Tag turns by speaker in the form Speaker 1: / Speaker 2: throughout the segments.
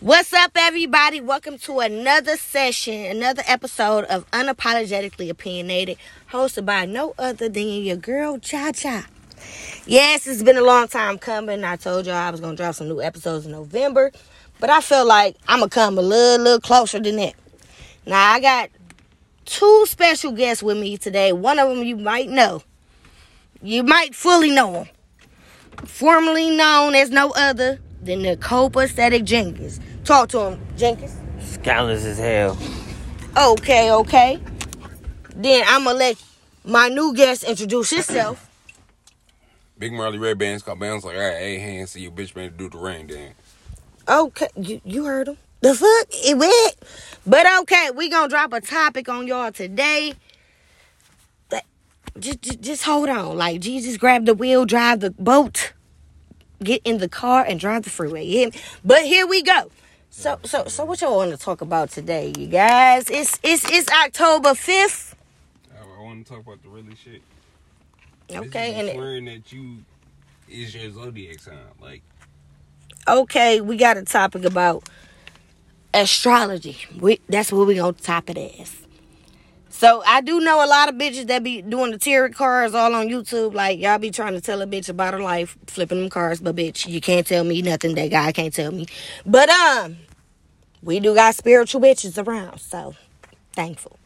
Speaker 1: What's up, everybody? Welcome to another session, another episode of Unapologetically Opinionated, hosted by no other than your girl, Cha Cha. Yes, it's been a long time coming. I told y'all I was going to drop some new episodes in November, but I feel like I'm going to come a little, little closer than that. Now, I got two special guests with me today. One of them you might know, you might fully know him. Formerly known as no other than the copacetic Jenkins. Talk to him, Jenkins.
Speaker 2: Scandalous as hell.
Speaker 1: Okay, okay. Then I'm gonna let my new guest introduce himself.
Speaker 3: Big Marley Red Bands called bands like, all right, hey, hands see you bitch man do the rain dance.
Speaker 1: Okay, you, you heard him. The fuck it went. But okay, we gonna drop a topic on y'all today. But Just, just, just hold on. Like Jesus, grab the wheel, drive the boat, get in the car, and drive the freeway. You hear me? But here we go. So, so, so, what y'all want to talk about today, you guys? It's, it's, it's October fifth.
Speaker 3: I, want to talk about the really shit.
Speaker 1: Okay, and it-
Speaker 3: swearing that you is your zodiac sign. Like,
Speaker 1: okay, we got a topic about astrology. We, that's what we gonna top it as. So I do know a lot of bitches that be doing the tarot cards all on YouTube. Like y'all be trying to tell a bitch about her life, flipping them cards, but bitch, you can't tell me nothing that guy can't tell me. But um, we do got spiritual bitches around, so thankful.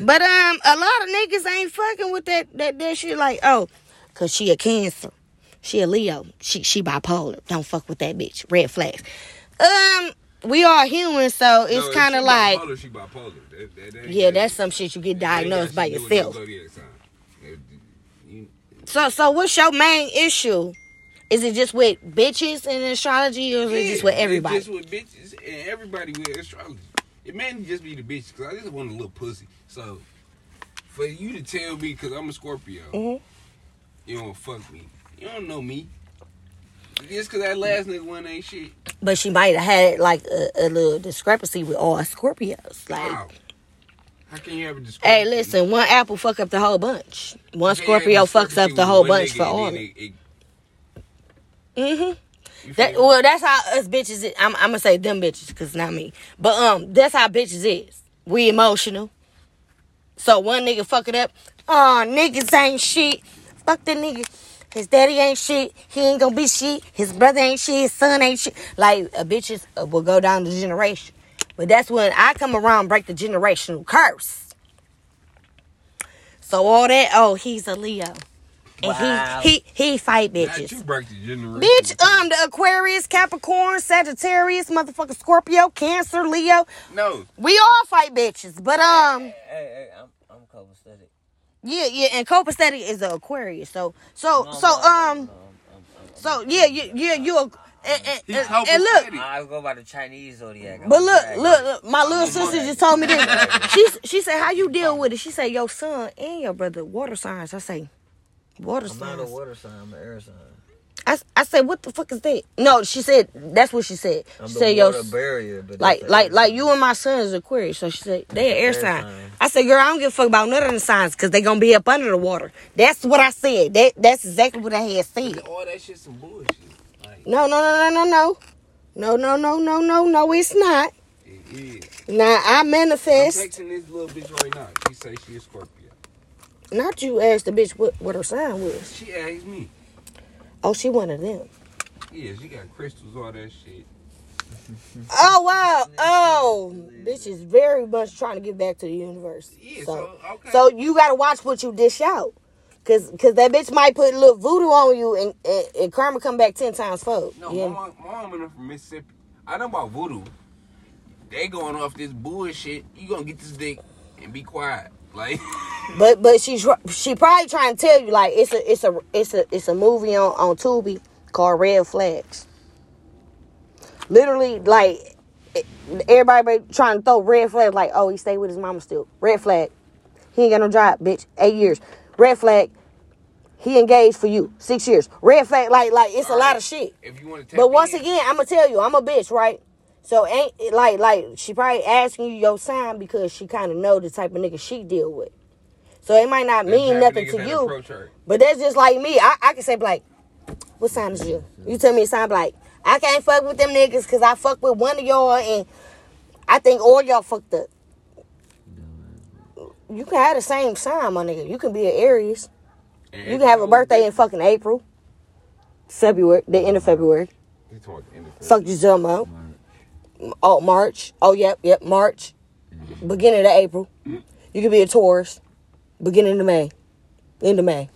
Speaker 1: But um, a lot of niggas ain't fucking with that that that shit. Like oh, cause she a cancer. She a Leo. She she bipolar. Don't fuck with that bitch. Red flags. Um, we are human, so it's
Speaker 3: No, if
Speaker 1: kind of
Speaker 3: she
Speaker 1: like
Speaker 3: bipolar, she bipolar. That- that- that ain't-
Speaker 1: yeah,
Speaker 3: that-
Speaker 1: that's some shit you get
Speaker 3: that ain't
Speaker 1: diagnosed by
Speaker 3: got shit to do
Speaker 1: yourself.
Speaker 3: with your zodiac sign. If you-
Speaker 1: So, so what's your main issue? Is it just with bitches and astrology, or is it just with
Speaker 3: Yeah,
Speaker 1: everybody?
Speaker 3: Just with bitches and everybody with astrology. It mainly just be the bitches because I just want a little pussy. So for you to tell me because I'm a Scorpio,
Speaker 1: Mhm.
Speaker 3: you don't fuck me. You don't know me. Just because that last nigga one ain't shit.
Speaker 1: But she might have had like a, a little discrepancy with all Scorpios. Like,
Speaker 3: Wow. How can you have a discrepancy?
Speaker 1: hey, listen, one apple fuck up the whole bunch. One
Speaker 3: You can't have a
Speaker 1: Scorpio fucks up
Speaker 3: discrepancy
Speaker 1: the
Speaker 3: with
Speaker 1: whole
Speaker 3: one
Speaker 1: bunch
Speaker 3: nigga
Speaker 1: for
Speaker 3: and
Speaker 1: all.
Speaker 3: then
Speaker 1: of them.
Speaker 3: it- it-
Speaker 1: Mhm.
Speaker 3: you
Speaker 1: That
Speaker 3: feel me?
Speaker 1: well, that's how us bitches. Is. I'm, I'm gonna say them bitches, cause not me. But um, that's how bitches is. We emotional. So one nigga fuck it up. Oh, niggas ain't shit. Fuck the nigga. His daddy ain't shit. He ain't gonna be shit. His brother ain't shit. His son ain't shit. Like a bitches uh, will go down the generation. But that's when I come around and break the generational curse. So all that. Oh, he's a Leo. And
Speaker 2: Wow.
Speaker 1: he he he fight
Speaker 3: Not
Speaker 1: bitches.
Speaker 3: you break the generation.
Speaker 1: Bitch, um, the Aquarius, Capricorn, Sagittarius, motherfucking Scorpio, Cancer, Leo.
Speaker 3: no.
Speaker 1: We all fight bitches, but um,
Speaker 2: Hey, hey, I'm, I'm copacetic.
Speaker 1: yeah, yeah, and copacetic is the Aquarius, so, so,
Speaker 2: No,
Speaker 1: so,
Speaker 2: but
Speaker 1: um,
Speaker 2: I'm- I'm- I'm-
Speaker 1: so, yeah, yeah, yeah, you, a- and, and,
Speaker 3: He's
Speaker 1: and, and look,
Speaker 3: copacetic.
Speaker 2: I go by the Chinese zodiac.
Speaker 1: but look,
Speaker 2: I'm
Speaker 1: look, look, my little
Speaker 2: I'm
Speaker 1: sister
Speaker 2: black.
Speaker 1: just told me this. She, she said, how you deal with it? She said, your son and your brother water signs. I say, water
Speaker 2: I'm not a
Speaker 1: signs.
Speaker 2: water sign. I'm an air sign.
Speaker 1: I, I said, what the fuck is that? No, she said, that's what she said.
Speaker 2: I'm
Speaker 1: She
Speaker 2: the
Speaker 1: said, your
Speaker 2: water barrier. But
Speaker 1: Like
Speaker 2: that's the
Speaker 1: like
Speaker 2: air
Speaker 1: like
Speaker 2: sign.
Speaker 1: you and my son is Aquarius, so she said they an air
Speaker 2: Air
Speaker 1: sign.
Speaker 2: sign.
Speaker 1: I said, girl, I don't give a fuck about none of the signs because they gonna be up under the water. That's what I said. That that's exactly what I had said.
Speaker 3: All that shit some bullshit. Like,
Speaker 1: No no no no no no no no no no no no it's not.
Speaker 3: it is.
Speaker 1: Now I
Speaker 3: I'm
Speaker 1: manifest.
Speaker 3: texting this little bitch right now. She say she a Scorpio.
Speaker 1: Not you asked the bitch what what her sign was.
Speaker 3: She asked me.
Speaker 1: Oh, she one of them.
Speaker 3: Yeah, she got crystals, all that shit.
Speaker 1: Oh wow. Oh, bitch is very much trying to give back to the universe. So
Speaker 3: Yeah, so, okay.
Speaker 1: so you gotta watch what you dish out. Cause, Cause that bitch might put a little voodoo on you and, and, and karma come back ten times fold.
Speaker 3: no,
Speaker 1: Yeah.
Speaker 3: my mom, my mom and her from Mississippi. I know about voodoo. They going off this bullshit. You gonna get this dick and be quiet. Like,
Speaker 1: But but she tr- she probably trying to tell you like it's a it's a it's a it's a movie on on Tubi called Red Flags. Literally like it- everybody be trying to throw red flag like oh he stayed with his mama still red flag he ain't got no job bitch eight years red flag he engaged for you six years red flag like like it's a lot of shit
Speaker 3: if you want to
Speaker 1: but once again, I'm gonna tell you, I'm a bitch, right? So ain't it like like she probably asking you your sign because she kind of know the type of nigga she deal with. So it might not mean nothing to you, but that's just like me. I, I can say like, what sign is you? You tell me a sign, be like I can't fuck with them niggas because I fuck with one of y'all and I think all y'all fucked up. You can have the same sign, my nigga. You can be an Aries. You can have a birthday in fucking April, February, the end of February.
Speaker 3: You talking about the end of
Speaker 1: Fuck you, Zilmo. Oh, March. Oh, yep, yep, March. Beginning of April. You could be a Taurus. Beginning of May. End of May.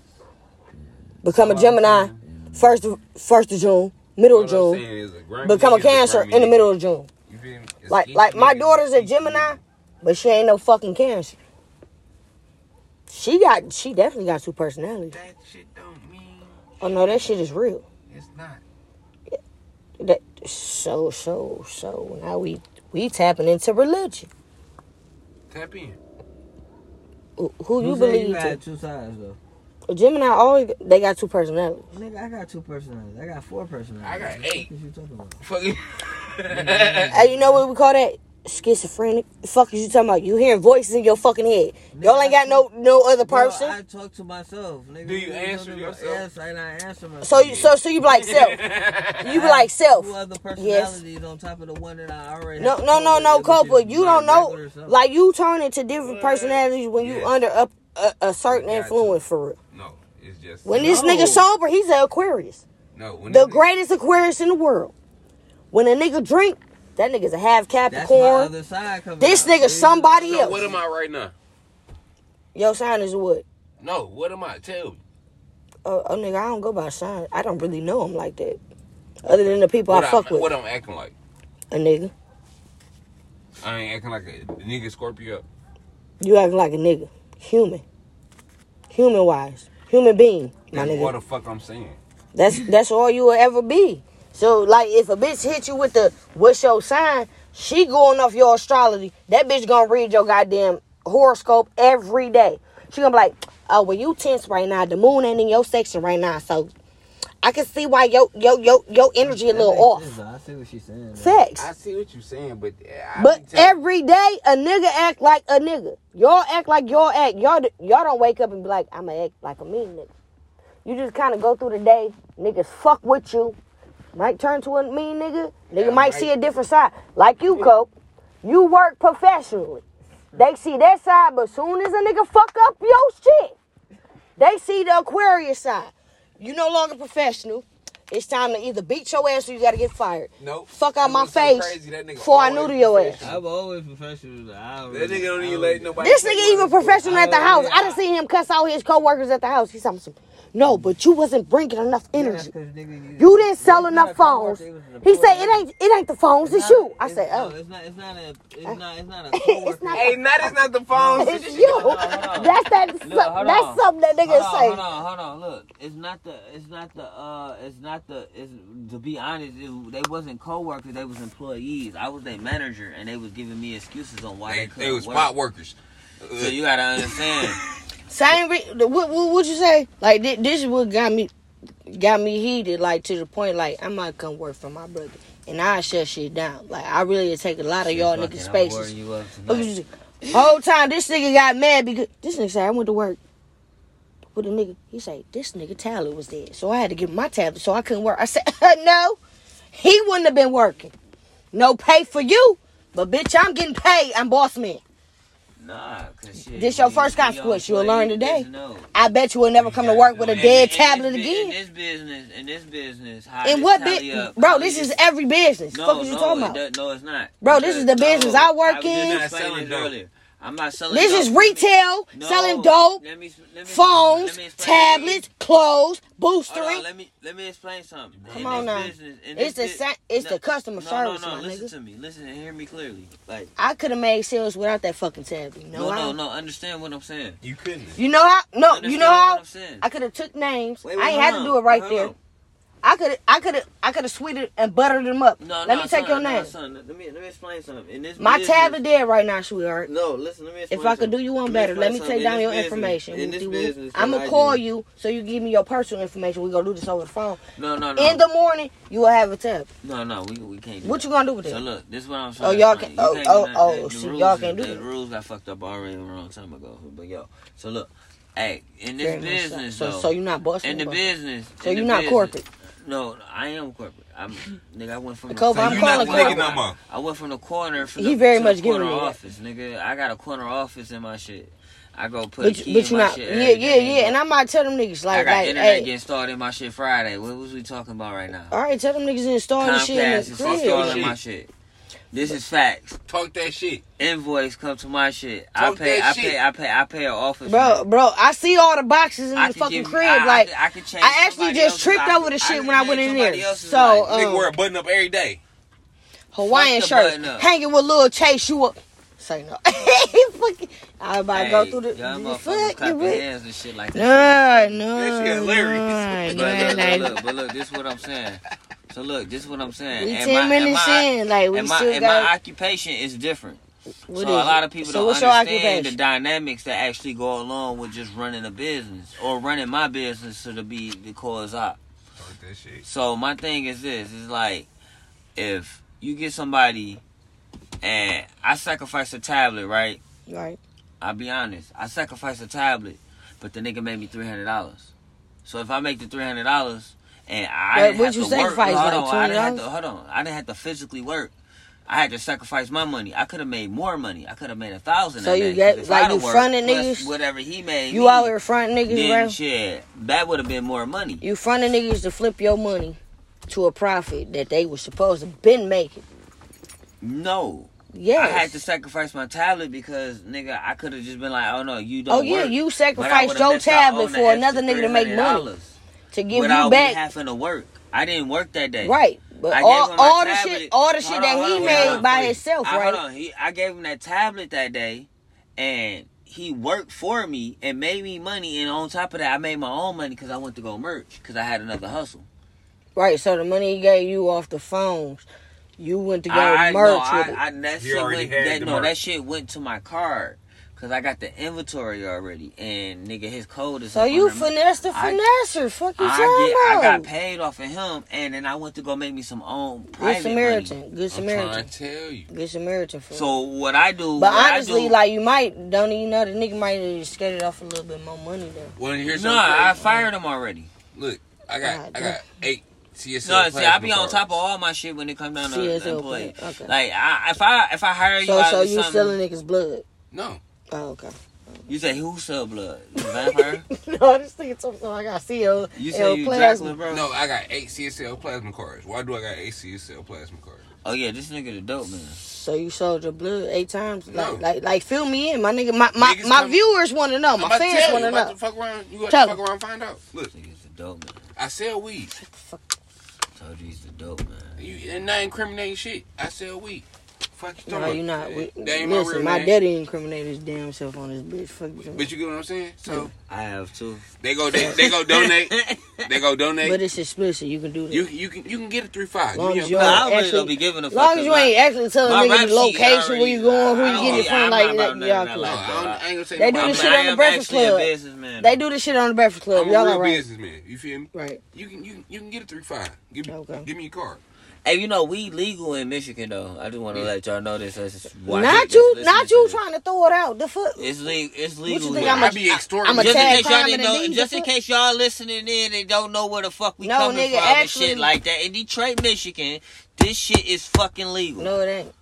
Speaker 1: Become a Gemini. First of, first of June. Middle of
Speaker 3: All I'm
Speaker 1: June.
Speaker 3: saying is Grammy
Speaker 1: Become a
Speaker 3: nigga is
Speaker 1: Cancer
Speaker 3: Grammy
Speaker 1: in the
Speaker 3: nigga.
Speaker 1: middle of June.
Speaker 3: You feel me? It's
Speaker 1: Like
Speaker 3: geeky
Speaker 1: like my
Speaker 3: niggas,
Speaker 1: daughter's a
Speaker 3: geeky
Speaker 1: Gemini,
Speaker 3: niggas.
Speaker 1: but she ain't no fucking Cancer. She got she definitely got two personalities.
Speaker 3: That shit don't mean
Speaker 1: Oh no, that shit is real.
Speaker 3: it's not.
Speaker 1: That so so so now we we tapping into religion.
Speaker 3: Tap in.
Speaker 1: Who, who you
Speaker 2: Who said
Speaker 1: believe
Speaker 2: you
Speaker 1: to?
Speaker 2: got two sides though?
Speaker 1: A Gemini always they got two personalities.
Speaker 2: Nigga, I got two personalities. I got four personalities.
Speaker 3: I got
Speaker 2: What the
Speaker 3: eight.
Speaker 2: fuck is you talking about?
Speaker 3: Fuck it.
Speaker 1: Hey, you know what we call that? Schizophrenic. The fuck is you talking about? You hearing voices in your fucking head. Y'all ain't got no no other
Speaker 2: Bro,
Speaker 1: person.
Speaker 2: I talk to myself. Nigga,
Speaker 3: Do you
Speaker 2: What
Speaker 3: answer
Speaker 2: talking about?
Speaker 3: yourself?
Speaker 2: Yes, and I answer myself.
Speaker 1: so you so so you be like self. You be like self.
Speaker 2: Two other
Speaker 1: Yes.
Speaker 2: personalities on top of the one that I already.
Speaker 1: No,
Speaker 2: have
Speaker 1: no, no,
Speaker 2: with,
Speaker 1: no,
Speaker 2: which is
Speaker 1: couple. You
Speaker 2: my
Speaker 1: don't know.
Speaker 2: regular self.
Speaker 1: Like you turn into different personalities when you
Speaker 3: Yeah.
Speaker 1: under a, a, a certain
Speaker 3: Got you.
Speaker 1: influence for real.
Speaker 3: No, it's just
Speaker 1: When this nigga
Speaker 2: No.
Speaker 1: sober, he's an Aquarius,
Speaker 3: no. When
Speaker 1: the
Speaker 3: it's-
Speaker 1: greatest Aquarius in the world. When a nigga drink, that nigga's a half
Speaker 2: That's my
Speaker 1: Capricorn.
Speaker 2: other side coming
Speaker 1: This
Speaker 2: out,
Speaker 1: nigga
Speaker 2: see?
Speaker 1: somebody
Speaker 3: So
Speaker 1: else.
Speaker 3: what am I right now?
Speaker 1: Your sign is what?
Speaker 3: No, what am I? Tell me.
Speaker 1: Oh, oh, nigga, I don't go by sign. I don't really know him like that. Other than the people
Speaker 3: What,
Speaker 1: I fuck
Speaker 3: am
Speaker 1: with,
Speaker 3: what I'm acting like.
Speaker 1: a nigga.
Speaker 3: I ain't acting like a nigga Scorpio.
Speaker 1: You acting like a nigga. Human. Human wise. Human being, my
Speaker 3: That's
Speaker 1: nigga.
Speaker 3: what the fuck I'm saying.
Speaker 1: That's that's all you will ever be. So like if a bitch hit you with the what's your sign, she going off your astrology. That bitch gonna read your goddamn horoscope every day. She gonna be like, oh well you tense right now. The moon ain't in your section right now. So I can see why yo yo yo your energy a
Speaker 2: That
Speaker 1: little
Speaker 2: makes sense,
Speaker 1: off.
Speaker 2: though. I see what she's saying. though.
Speaker 1: Facts.
Speaker 3: I see what you're saying, but I
Speaker 1: But
Speaker 3: be tell-
Speaker 1: every day a nigga act like a nigga. Y'all act like y'all act. Y'all d- y'all don't wake up and be like, I'ma act like a mean nigga. You just kind of go through the day. Niggas fuck with you. Might turn to a mean nigga. Nigga
Speaker 3: Yeah,
Speaker 1: might
Speaker 3: right.
Speaker 1: see a different side. Like you, Cope. You work professionally. They see that side, but soon as a nigga fuck up your shit, they see the Aquarius side. You no longer professional. It's time to either beat your ass or you gotta get fired.
Speaker 3: Nope.
Speaker 1: Fuck out
Speaker 3: That
Speaker 1: my
Speaker 3: was so
Speaker 1: face
Speaker 3: crazy, that nigga
Speaker 1: before I
Speaker 3: always
Speaker 1: knew to your ass.
Speaker 3: professional.
Speaker 2: I'm always professional. though. I
Speaker 3: that
Speaker 2: already-
Speaker 3: nigga don't
Speaker 2: I
Speaker 3: even
Speaker 2: already-
Speaker 3: let nobody.
Speaker 1: This
Speaker 3: take
Speaker 1: nigga even
Speaker 3: one.
Speaker 1: professional at the
Speaker 2: Oh,
Speaker 1: house.
Speaker 2: yeah.
Speaker 1: I done seen him cuss out his coworkers at the house. He something. some- No, but you wasn't bringing enough
Speaker 2: Yeah,
Speaker 1: energy.
Speaker 2: 'cause nigga,
Speaker 1: You didn't sell
Speaker 2: you
Speaker 1: enough
Speaker 2: gotta come work,
Speaker 1: phones.
Speaker 2: it was an
Speaker 1: He said
Speaker 2: employee.
Speaker 1: it ain't it ain't the phones, it's
Speaker 2: not-
Speaker 1: you. I said,
Speaker 2: no,
Speaker 1: oh,
Speaker 2: it's not, it's not a, it's
Speaker 1: Uh.
Speaker 2: not, it's not a.
Speaker 1: It's
Speaker 2: coworker.
Speaker 1: not-
Speaker 3: Hey, now that's not the phone.
Speaker 1: it's you.
Speaker 2: hold on, hold on.
Speaker 1: That's that.
Speaker 2: Look, hold
Speaker 1: that's
Speaker 2: on.
Speaker 1: something that
Speaker 2: hold
Speaker 1: niggas
Speaker 2: on,
Speaker 1: say.
Speaker 2: Hold on, hold on. Look, it's not the, it's not the, uh, it's not the, it's to be honest, it, they wasn't coworkers, they was employees. I was their manager, and they was giving me excuses on why they,
Speaker 3: They,
Speaker 2: couldn't
Speaker 3: they was
Speaker 2: work.
Speaker 3: spot workers.
Speaker 2: So you gotta understand.
Speaker 1: Same. Re- the- what, what would you say? Like thi- this is what got me, got me heated. Like to the point, like I might come work for my brother, and I shut shit down. Like I really take a lot of y'all
Speaker 2: Fucking,
Speaker 1: niggas
Speaker 2: I'm
Speaker 1: spaces.
Speaker 2: boring you up
Speaker 1: Look
Speaker 2: tonight.
Speaker 1: at Oh, you. Whole time this nigga got mad because this nigga said I went to work with a nigga. He said this nigga tablet was dead, so I had to give him my tablet, so I couldn't work. I said no, he wouldn't have been working. No pay for you, but bitch, I'm getting paid. I'm boss man.
Speaker 2: Nah, cause shit.
Speaker 1: This your
Speaker 2: we-
Speaker 1: first
Speaker 2: we
Speaker 1: consequence.
Speaker 2: all
Speaker 1: You'll learn
Speaker 2: employees,
Speaker 1: today.
Speaker 2: no.
Speaker 1: I bet you will never come to work with a
Speaker 3: And-
Speaker 1: dead
Speaker 2: In
Speaker 1: tablet
Speaker 2: this bu- In
Speaker 1: again.
Speaker 2: this business, in this business, how
Speaker 1: And
Speaker 2: this
Speaker 1: what
Speaker 2: tally
Speaker 1: bit,
Speaker 2: up, how
Speaker 1: bro? This is every business.
Speaker 2: No,
Speaker 1: fuck is
Speaker 2: no,
Speaker 1: you talking
Speaker 2: it
Speaker 1: about?
Speaker 2: does- no, it's not.
Speaker 1: Bro, this is the
Speaker 2: Because-
Speaker 1: business I work
Speaker 2: I was just
Speaker 1: in.
Speaker 2: explaining
Speaker 3: Selling
Speaker 2: this
Speaker 3: dope.
Speaker 2: earlier. I'm not selling.
Speaker 1: This
Speaker 2: dope.
Speaker 1: is
Speaker 2: Let me-
Speaker 1: retail,
Speaker 2: No.
Speaker 1: selling dope,
Speaker 2: Let me- let me-
Speaker 1: phones,
Speaker 2: let me explain.
Speaker 1: tablets, clothes, boostering.
Speaker 2: Hold on, let me let me explain something.
Speaker 1: Come
Speaker 2: In
Speaker 1: on
Speaker 2: this
Speaker 1: now.
Speaker 2: business- in
Speaker 1: It's
Speaker 2: this
Speaker 1: the
Speaker 2: bu-
Speaker 1: sa- it's
Speaker 2: no,
Speaker 1: the customer
Speaker 2: no,
Speaker 1: service,
Speaker 2: No,
Speaker 1: my
Speaker 2: no, listen
Speaker 1: nigga.
Speaker 2: to me. Listen and hear me clearly. Like,
Speaker 1: I could have made sales without that fucking tablet. No,
Speaker 2: no,
Speaker 1: I
Speaker 2: no,
Speaker 1: don't.
Speaker 2: no. Understand what I'm saying.
Speaker 3: You couldn't.
Speaker 1: You know how? No, you
Speaker 2: Understand
Speaker 1: know
Speaker 2: what
Speaker 1: how?
Speaker 2: I'm saying.
Speaker 1: I could have took names.
Speaker 2: Wait,
Speaker 1: I
Speaker 2: wait,
Speaker 1: ain't had
Speaker 2: hold
Speaker 1: to
Speaker 2: on.
Speaker 1: do it right
Speaker 2: Hold
Speaker 1: there.
Speaker 2: on.
Speaker 1: I could I could have I could have sweeted and buttered them up.
Speaker 2: No,
Speaker 1: let
Speaker 2: no,
Speaker 1: me take
Speaker 2: son,
Speaker 1: your
Speaker 2: no,
Speaker 1: name.
Speaker 2: son, let me let me explain something. In this
Speaker 1: My
Speaker 2: business,
Speaker 1: tablet dead right now, sweetheart.
Speaker 2: No, listen. Let me explain
Speaker 1: If I could
Speaker 2: something.
Speaker 1: do you one
Speaker 2: me
Speaker 1: better, let
Speaker 2: explain
Speaker 1: me
Speaker 2: something.
Speaker 1: take
Speaker 2: In
Speaker 1: down
Speaker 2: this
Speaker 1: your
Speaker 2: business-
Speaker 1: information.
Speaker 2: In this business,
Speaker 1: I'm gonna
Speaker 2: I
Speaker 1: call
Speaker 2: do-
Speaker 1: you so you give me your personal information. We gonna do this over the phone.
Speaker 2: No, no, no.
Speaker 1: In the morning, you will have a tab.
Speaker 2: No, no, we, we can't. Do
Speaker 1: What
Speaker 2: that.
Speaker 1: you gonna do with
Speaker 2: So
Speaker 1: it?
Speaker 2: look, this is what I'm
Speaker 1: Oh,
Speaker 2: trying. to
Speaker 1: y'all
Speaker 2: explain.
Speaker 1: can-
Speaker 2: You
Speaker 1: oh,
Speaker 2: can't do
Speaker 1: oh,
Speaker 2: nothing.
Speaker 1: oh,
Speaker 2: The- the
Speaker 1: see,
Speaker 2: rules
Speaker 1: y'all
Speaker 2: is-
Speaker 1: can do
Speaker 2: The
Speaker 1: that.
Speaker 2: rules got fucked up already a long time ago. But yo, so look, hey, in this
Speaker 1: Very much so.
Speaker 2: business
Speaker 1: so,
Speaker 2: though,
Speaker 1: so you're not busting.
Speaker 2: in the business,
Speaker 1: So
Speaker 2: in the
Speaker 1: you're not
Speaker 2: business-
Speaker 1: corporate.
Speaker 2: No, I am corporate. I'm nigga. I went from the,
Speaker 1: Kobe,
Speaker 3: So
Speaker 1: I'm
Speaker 3: you
Speaker 1: calling
Speaker 3: not
Speaker 1: the
Speaker 3: nigga
Speaker 1: corner.
Speaker 3: no more.
Speaker 2: I went from the corner. From
Speaker 1: He
Speaker 2: the,
Speaker 1: very
Speaker 2: to
Speaker 1: much
Speaker 2: the
Speaker 1: giving
Speaker 2: corner
Speaker 1: me that.
Speaker 2: office, nigga. I got a corner office in my shit. I go put a
Speaker 1: But,
Speaker 2: key
Speaker 1: you- but
Speaker 2: in
Speaker 1: you
Speaker 2: my
Speaker 1: not.
Speaker 2: shit.
Speaker 1: Yeah,
Speaker 2: every
Speaker 1: yeah,
Speaker 2: day.
Speaker 1: yeah. And I might tell them niggas
Speaker 2: I
Speaker 1: like,
Speaker 2: got
Speaker 1: like,
Speaker 2: internet
Speaker 1: hey,
Speaker 2: getting started in my shit Friday. What was we talking about right now?
Speaker 1: all right, tell them niggas to install this shit
Speaker 2: Comcast
Speaker 1: in
Speaker 2: is
Speaker 1: the
Speaker 2: installing
Speaker 1: crib.
Speaker 2: my shit. This is facts.
Speaker 3: Talk that shit.
Speaker 2: Invoice come to my shit. I
Speaker 3: Talk
Speaker 2: pay.
Speaker 3: that
Speaker 2: I
Speaker 3: shit.
Speaker 2: pay. I pay. I pay an office.
Speaker 1: Bro,
Speaker 2: rent.
Speaker 1: bro, I see all the boxes in
Speaker 2: I
Speaker 1: the
Speaker 2: could
Speaker 1: fucking
Speaker 2: give-
Speaker 1: crib.
Speaker 2: I- I
Speaker 1: like,
Speaker 2: could- I could change
Speaker 1: I actually
Speaker 2: somebody
Speaker 1: just
Speaker 2: else's
Speaker 1: tripped
Speaker 2: life.
Speaker 1: over the shit
Speaker 2: could
Speaker 1: when I
Speaker 2: change
Speaker 1: went in
Speaker 2: somebody
Speaker 1: there.
Speaker 2: else's
Speaker 1: So,
Speaker 2: life.
Speaker 1: uh,
Speaker 3: Nigga
Speaker 1: Um,
Speaker 3: wear a button up every day.
Speaker 1: Hawaiian
Speaker 2: Fuck the
Speaker 1: shirt,
Speaker 2: button up.
Speaker 1: hanging with Lil Chase. You up? Say no. fucking, I about to go
Speaker 2: Hey,
Speaker 1: through the,
Speaker 2: y'all
Speaker 1: the
Speaker 2: motherfuckers
Speaker 1: fuck.
Speaker 2: clap
Speaker 1: you
Speaker 2: your
Speaker 1: with-
Speaker 2: hands and shit like that.
Speaker 1: Nah,
Speaker 3: That
Speaker 1: nah,
Speaker 3: shit hilarious.
Speaker 1: nah,
Speaker 2: But look,
Speaker 1: nah,
Speaker 2: but
Speaker 1: nah.
Speaker 2: look, but look, this is what I'm saying. So look, this is what I'm saying.
Speaker 1: We
Speaker 2: And
Speaker 1: ten
Speaker 2: my- and
Speaker 1: minutes
Speaker 2: my-
Speaker 1: in, like we
Speaker 2: and my,
Speaker 1: still
Speaker 2: and
Speaker 1: got.
Speaker 2: my occupation is different.
Speaker 1: what
Speaker 2: so
Speaker 1: is
Speaker 2: a lot
Speaker 1: it?
Speaker 2: of people
Speaker 1: So
Speaker 2: don't
Speaker 1: what's your
Speaker 2: understand the
Speaker 1: occupation?
Speaker 2: dynamics that actually go along with just running a business or running my business so to be the cause up.
Speaker 3: Talk that shit.
Speaker 2: So my thing is this: is like if you get somebody and I sacrifice a tablet, right?
Speaker 1: Right.
Speaker 2: I'll be honest. I sacrificed a tablet, but the nigga made me three hundred dollars. So if I make the three hundred dollars and I
Speaker 1: But
Speaker 2: didn't
Speaker 1: what'd
Speaker 2: have
Speaker 1: you
Speaker 2: to work,
Speaker 1: sacrifice, like
Speaker 2: hold on, I didn't have to,
Speaker 1: $20?
Speaker 2: hold on, I didn't have to physically work. I had to sacrifice my money. I could have made more money. I could have made a thousand.
Speaker 1: So
Speaker 2: that
Speaker 1: you
Speaker 2: day,
Speaker 1: get-
Speaker 2: 'cause if
Speaker 1: like,
Speaker 2: I'd
Speaker 1: you
Speaker 2: have worked,
Speaker 1: fronted
Speaker 2: plus
Speaker 1: niggas?
Speaker 2: Whatever he made,
Speaker 1: You
Speaker 2: me,
Speaker 1: out here fronting niggas,
Speaker 2: Then
Speaker 1: bro.
Speaker 2: shit, that would have been more money.
Speaker 1: You fronting niggas to flip your money to a profit that they were supposed to been making.
Speaker 2: No,
Speaker 1: Yes.
Speaker 2: I had to sacrifice my tablet because nigga, I could have just been like, oh no, you don't.
Speaker 1: Oh yeah,
Speaker 2: work.
Speaker 1: you
Speaker 2: But I
Speaker 1: sacrificed
Speaker 2: would've
Speaker 1: your
Speaker 2: missed out
Speaker 1: tablet
Speaker 2: on the
Speaker 1: for
Speaker 2: extra
Speaker 1: another nigga to make money
Speaker 2: $300.
Speaker 1: to give
Speaker 2: without
Speaker 1: you
Speaker 2: me
Speaker 1: back.
Speaker 2: having to work. I didn't work that day.
Speaker 1: Right. But
Speaker 2: I gave
Speaker 1: all,
Speaker 2: him my
Speaker 1: all the
Speaker 2: tablet.
Speaker 1: shit all the
Speaker 2: Hold
Speaker 1: shit
Speaker 2: on,
Speaker 1: that
Speaker 2: hold
Speaker 1: he
Speaker 2: on,
Speaker 1: made
Speaker 2: hold on,
Speaker 1: by
Speaker 2: please.
Speaker 1: himself,
Speaker 2: I,
Speaker 1: right?
Speaker 2: Hold on. He, I gave him that tablet that day, and he worked for me and made me money. And on top of that, I made my own money because I went to go merch because I had another hustle.
Speaker 1: Right, so the money he gave you off the phones, you went to go
Speaker 2: I, I,
Speaker 1: merch
Speaker 2: no, I,
Speaker 1: with it.
Speaker 2: I, that
Speaker 3: He
Speaker 2: shit
Speaker 3: already
Speaker 2: went,
Speaker 3: had
Speaker 2: that,
Speaker 3: the
Speaker 2: no,
Speaker 3: merch.
Speaker 2: that shit went to my card because I got the inventory already. And nigga, his code is.
Speaker 1: so
Speaker 2: up
Speaker 1: you
Speaker 2: under my-
Speaker 1: finessed the
Speaker 2: I-
Speaker 1: finesser. Fuck you
Speaker 2: I, get, I
Speaker 1: talking
Speaker 2: got
Speaker 1: about?
Speaker 2: paid off of him, and then I went to go make me some own private
Speaker 1: Good
Speaker 2: money.
Speaker 1: Samaritan. Good
Speaker 3: I'm trying
Speaker 1: Samaritan.
Speaker 3: to tell you.
Speaker 1: Good Samaritan for
Speaker 2: So what I do,
Speaker 1: But
Speaker 2: what
Speaker 1: honestly,
Speaker 2: I do,
Speaker 1: like you might don't even know the nigga might have skated off a little bit more money though.
Speaker 3: Wanna hear
Speaker 2: no,
Speaker 3: something?
Speaker 2: I
Speaker 3: crazy?
Speaker 2: fired him already.
Speaker 3: Look, I got I got eight CSL.
Speaker 2: No, see, I be
Speaker 3: plasma
Speaker 2: on top of
Speaker 3: cards.
Speaker 2: all my shit when it comes down to
Speaker 1: CSL
Speaker 2: employee.
Speaker 1: plan, okay.
Speaker 2: Like, I, if I if I hire you,
Speaker 1: So
Speaker 2: out
Speaker 1: so
Speaker 2: of
Speaker 1: you
Speaker 2: something,
Speaker 1: selling niggas blood.
Speaker 3: No.
Speaker 1: Oh, okay.
Speaker 2: You say who sell blood? You vampire?
Speaker 1: no, this nigga talking about I got CO.
Speaker 2: You say you Dracula, bro?
Speaker 3: No, I got eight CSL plasma cards. Why do I got eight CSL plasma cards?
Speaker 2: Oh yeah, this nigga the dope man.
Speaker 1: So you sold your blood eight times?
Speaker 3: No.
Speaker 1: Like, like, like, fill me in, my nigga. My, my,
Speaker 3: Niggas
Speaker 1: my
Speaker 3: come-
Speaker 1: viewers want to know.
Speaker 3: I'm
Speaker 1: My
Speaker 3: about to
Speaker 1: fans
Speaker 3: tell
Speaker 1: want
Speaker 3: you.
Speaker 1: to
Speaker 3: I'm about
Speaker 1: know.
Speaker 3: to fuck around. You got
Speaker 1: Tell
Speaker 3: to fuck
Speaker 1: him.
Speaker 3: around and find out. Look,
Speaker 2: Nigga's the dope man.
Speaker 3: I sell weed.
Speaker 2: told you he's the dope man.
Speaker 3: You, and not incriminating shit. I sell weed. Fuck you talking
Speaker 1: No,
Speaker 3: about?
Speaker 1: you not. We,
Speaker 3: That ain't my
Speaker 1: listen,
Speaker 3: real
Speaker 1: my,
Speaker 3: name.
Speaker 1: daddy incriminated his damn self on this bitch. Fuck you.
Speaker 3: But you get what I'm saying? So
Speaker 2: I have too.
Speaker 3: they go they, they go donate. they go donate.
Speaker 1: But it's explicit. You can do that.
Speaker 3: you you can you can get a three five.
Speaker 1: Long as you
Speaker 2: But I
Speaker 1: Actually,
Speaker 2: really don't be giving a
Speaker 1: as
Speaker 2: fuck.
Speaker 1: long as you
Speaker 2: 'cause
Speaker 1: ain't
Speaker 2: my-
Speaker 1: actually
Speaker 2: my
Speaker 1: telling
Speaker 2: rap
Speaker 1: nigga the
Speaker 2: sheet
Speaker 1: location, where
Speaker 2: already-
Speaker 1: you going, who
Speaker 2: I
Speaker 1: you
Speaker 2: don't-
Speaker 1: getting it
Speaker 2: I'm
Speaker 1: from,
Speaker 2: not
Speaker 1: like
Speaker 2: about
Speaker 1: that.
Speaker 2: nothing
Speaker 1: Y'all
Speaker 2: like
Speaker 1: cool.
Speaker 3: No,
Speaker 2: that.
Speaker 3: I, don't, I ain't gonna say
Speaker 1: They
Speaker 3: no
Speaker 1: do
Speaker 3: more.
Speaker 1: this
Speaker 2: I
Speaker 1: shit on the
Speaker 2: am
Speaker 1: Breakfast
Speaker 2: actually a
Speaker 1: Club.
Speaker 2: businessman.
Speaker 1: They do this shit on the Breakfast Club.
Speaker 3: I'm a
Speaker 1: Y'all
Speaker 3: real
Speaker 1: all right?
Speaker 3: businessman. You feel me?
Speaker 1: Right.
Speaker 3: You can you can, you can get a three five. Give me
Speaker 1: Okay.
Speaker 3: give me a card.
Speaker 2: Hey, you know we legal in Michigan though. I just want to
Speaker 3: Yeah.
Speaker 2: let y'all know this. That's just why-
Speaker 1: Not
Speaker 2: just
Speaker 1: you,
Speaker 2: listening
Speaker 1: not
Speaker 2: to
Speaker 1: you
Speaker 2: this.
Speaker 1: trying to throw it out. The fuck.
Speaker 2: It's legal. It's legal.
Speaker 1: think
Speaker 2: here.
Speaker 1: I'm a-
Speaker 3: I be extorting.
Speaker 1: I'm a
Speaker 2: just in
Speaker 1: tag
Speaker 2: case y'all
Speaker 1: crime in
Speaker 2: didn't
Speaker 1: the
Speaker 2: know,
Speaker 1: deed,
Speaker 2: just
Speaker 1: the
Speaker 2: in
Speaker 1: fuck?
Speaker 2: case y'all listening in and don't know where the fuck we
Speaker 1: No,
Speaker 2: coming
Speaker 1: nigga,
Speaker 2: from
Speaker 1: actually-
Speaker 2: and shit like that. In Detroit, Michigan, this shit is fucking legal.
Speaker 1: No, it ain't.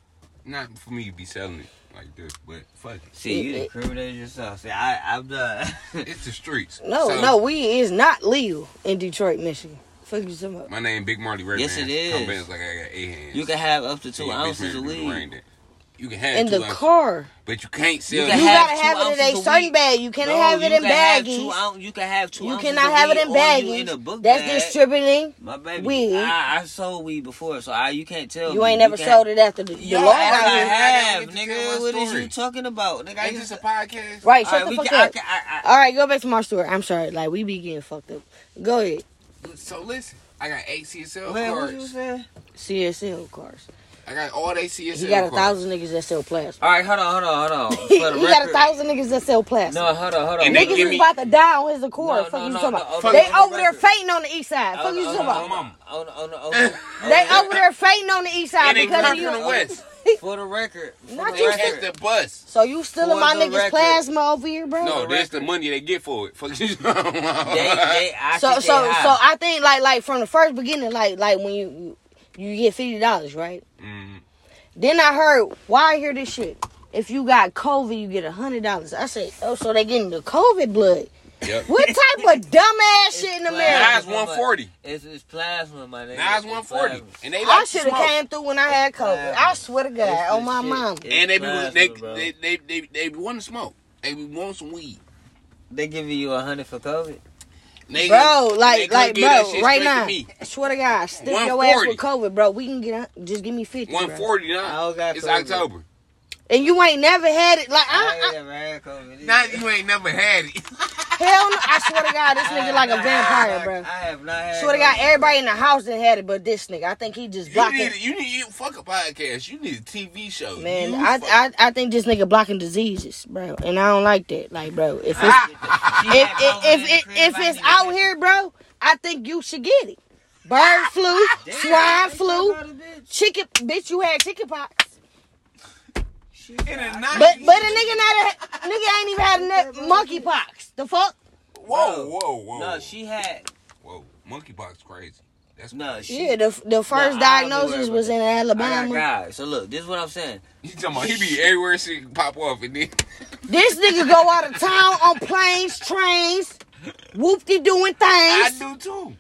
Speaker 3: Not for me to be selling it like this, but fuck it.
Speaker 2: See, you
Speaker 1: It- it-
Speaker 2: incriminate yourself. See, I, I'm done.
Speaker 3: It's the streets.
Speaker 1: No,
Speaker 3: So,
Speaker 1: no, we is not legal in Detroit, Michigan. Fuck you, some
Speaker 3: My name Big Marty Ray.
Speaker 2: Yes, it is.
Speaker 3: Bands like I got eight hands.
Speaker 2: you can have up to
Speaker 3: So
Speaker 2: two
Speaker 3: your bitch
Speaker 2: ounces
Speaker 3: married
Speaker 2: of
Speaker 3: to the rain
Speaker 2: weed.
Speaker 3: then. You can have
Speaker 1: In
Speaker 3: two
Speaker 1: the
Speaker 3: ounces,
Speaker 1: car,
Speaker 3: but you can't sell.
Speaker 2: You
Speaker 1: you
Speaker 2: can
Speaker 3: it.
Speaker 2: have
Speaker 1: gotta
Speaker 2: two
Speaker 1: have it in a
Speaker 2: ounces of
Speaker 1: certain
Speaker 2: weed.
Speaker 1: bag. You cannot
Speaker 2: No,
Speaker 1: have it
Speaker 2: you
Speaker 1: in
Speaker 2: can have two
Speaker 1: baggies.
Speaker 2: oun- You can have two.
Speaker 1: You
Speaker 2: ounces
Speaker 1: cannot
Speaker 2: of
Speaker 1: have it
Speaker 2: weed
Speaker 1: in
Speaker 2: on you in a
Speaker 1: baggies.
Speaker 2: book
Speaker 1: That's
Speaker 2: bag.
Speaker 1: distributing.
Speaker 2: My baby,
Speaker 1: Weed.
Speaker 2: I, I sold weed before, so I you can't tell.
Speaker 1: You
Speaker 2: me.
Speaker 1: ain't never
Speaker 2: can-
Speaker 1: sold it after the, the
Speaker 3: Yo,
Speaker 1: law.
Speaker 2: All I
Speaker 3: I
Speaker 1: got in.
Speaker 3: gotta
Speaker 2: have,
Speaker 3: get to tell
Speaker 2: nigga.
Speaker 3: my
Speaker 2: What is
Speaker 3: story.
Speaker 2: you talking about, nigga? I
Speaker 3: Ain't
Speaker 2: used
Speaker 3: this
Speaker 2: to-
Speaker 3: a podcast?
Speaker 1: Right,
Speaker 2: All
Speaker 1: shut
Speaker 2: right,
Speaker 1: the
Speaker 2: we
Speaker 1: fuck
Speaker 2: can- I
Speaker 1: up.
Speaker 2: can- I- I-
Speaker 1: All right, go back to my story. I'm sorry. Like we be getting fucked up. Go ahead.
Speaker 3: So listen, I got eight CSL
Speaker 2: Man, what you
Speaker 3: cards.
Speaker 2: saying?
Speaker 1: CSL cars.
Speaker 3: I got all they CSL
Speaker 1: He got a
Speaker 3: cards.
Speaker 1: thousand niggas that sell plasma.
Speaker 2: All right, hold on, hold on, hold on.
Speaker 1: He
Speaker 2: For the
Speaker 1: got a
Speaker 2: record-
Speaker 1: thousand niggas that sell plasma.
Speaker 2: No, hold on, hold on.
Speaker 3: And they
Speaker 1: Niggas
Speaker 3: give
Speaker 1: is
Speaker 3: me-
Speaker 1: about to die on his accord.
Speaker 2: No,
Speaker 1: fuck
Speaker 2: no,
Speaker 1: you
Speaker 2: no,
Speaker 1: talking
Speaker 2: no,
Speaker 1: about.
Speaker 2: okay,
Speaker 1: they
Speaker 2: on the
Speaker 1: over there
Speaker 2: record.
Speaker 1: fainting on the east side.
Speaker 2: Oh,
Speaker 1: Fuck you
Speaker 2: oh,
Speaker 1: talking
Speaker 2: oh,
Speaker 1: about.
Speaker 3: mama.
Speaker 2: oh, oh, oh, oh, oh,
Speaker 1: They
Speaker 2: oh,
Speaker 1: over there fainting on the east side
Speaker 3: And they
Speaker 1: because
Speaker 3: come
Speaker 1: of
Speaker 3: from the
Speaker 1: you.
Speaker 3: west.
Speaker 2: For the record, for
Speaker 1: Not
Speaker 2: the
Speaker 1: you,
Speaker 3: They catch
Speaker 2: record.
Speaker 3: the bus.
Speaker 1: So you stealing
Speaker 2: For
Speaker 1: my
Speaker 2: the
Speaker 1: niggas
Speaker 2: record.
Speaker 1: plasma over here, bro?
Speaker 3: No, that's the
Speaker 2: record.
Speaker 3: money they get for it. Fuck you.
Speaker 2: They, they, I
Speaker 1: so so
Speaker 2: think
Speaker 1: so
Speaker 2: they high.
Speaker 1: I think like like from the first beginning, like like when you you get fifty dollars, right?
Speaker 3: Mm.
Speaker 1: Then I heard, why I hear this shit? If you got COVID, you get a hundred dollars. I said, oh, so they getting the COVID blood?
Speaker 3: Yep.
Speaker 1: What type of dumbass shit in
Speaker 3: Nah,
Speaker 1: America?
Speaker 3: it's 140.
Speaker 2: It's, it's plasma, my nigga.
Speaker 3: Now it's
Speaker 2: It's
Speaker 3: 140,
Speaker 2: plasma.
Speaker 3: and they
Speaker 1: I
Speaker 3: like to
Speaker 1: should have
Speaker 3: smoke.
Speaker 1: came through when I had COVID. I swear to God,
Speaker 2: It's
Speaker 1: on
Speaker 2: the
Speaker 1: my
Speaker 2: shit.
Speaker 1: mama.
Speaker 2: It's
Speaker 3: And they be
Speaker 2: plasma,
Speaker 3: they,
Speaker 2: bro.
Speaker 3: they they they they be wanting to smoke. They be wanting some weed.
Speaker 2: They giving you a hundred for COVID.
Speaker 3: They
Speaker 1: Bro,
Speaker 3: they
Speaker 1: like,
Speaker 3: gonna
Speaker 1: like,
Speaker 3: give that
Speaker 1: bro,
Speaker 3: shit
Speaker 1: right
Speaker 3: straight to
Speaker 1: now,
Speaker 3: me.
Speaker 1: I swear to God, stick your ass
Speaker 3: 140.
Speaker 1: with COVID, bro. We can get, a- just give me fifty, bro.
Speaker 3: 140 now.
Speaker 2: I got
Speaker 3: It's
Speaker 2: COVID.
Speaker 3: October.
Speaker 1: And you ain't never had it, like,
Speaker 2: I ain't
Speaker 1: I,
Speaker 2: never had COVID.
Speaker 3: Now
Speaker 2: either.
Speaker 3: you ain't never had it.
Speaker 1: I, hell no, I swear to God, this
Speaker 2: I
Speaker 1: nigga
Speaker 2: have
Speaker 1: like a
Speaker 2: not- I
Speaker 1: vampire,
Speaker 2: have
Speaker 1: bro.
Speaker 2: not- I have not had.
Speaker 1: Swear to God,
Speaker 2: COVID.
Speaker 1: everybody in the house that had it, but this nigga, I think he just
Speaker 3: You
Speaker 1: blocking.
Speaker 3: need you need you fuck a podcast. You need a TV show.
Speaker 1: Man,
Speaker 3: You
Speaker 1: I,
Speaker 3: fuck-
Speaker 1: I I think this nigga blocking diseases, bro, and I don't like that. Like, bro, if it's
Speaker 2: She
Speaker 1: if
Speaker 2: Ah, had
Speaker 1: if
Speaker 2: COVID in
Speaker 1: if,
Speaker 2: the
Speaker 1: if,
Speaker 2: crib,
Speaker 1: if
Speaker 2: I
Speaker 1: it's
Speaker 2: didn't even
Speaker 1: out
Speaker 2: catch
Speaker 1: here, bro, I think you should get it. Bird flu,
Speaker 2: it.
Speaker 1: swine
Speaker 2: Ah, Damn,
Speaker 1: flu,
Speaker 2: I think I got a bitch.
Speaker 1: chicken. Bitch, you had chicken pox.
Speaker 2: She
Speaker 3: in
Speaker 2: got-
Speaker 3: the night.
Speaker 1: But but a nigga not a nigga ain't even had enough monkey pox. The fuck?
Speaker 3: whoa whoa whoa
Speaker 2: No, she had.
Speaker 3: whoa monkeypox crazy. That's
Speaker 2: No, she.
Speaker 1: Yeah, the the first
Speaker 2: Nah, I don't know
Speaker 1: diagnosis
Speaker 2: where
Speaker 1: was in
Speaker 2: I got
Speaker 1: Alabama.
Speaker 2: guys. So look, this is what I'm saying.
Speaker 3: You talking about he be everywhere she can pop off and then
Speaker 1: This nigga go out of town on planes, trains, whoop de doing
Speaker 3: I
Speaker 1: things,
Speaker 3: do too.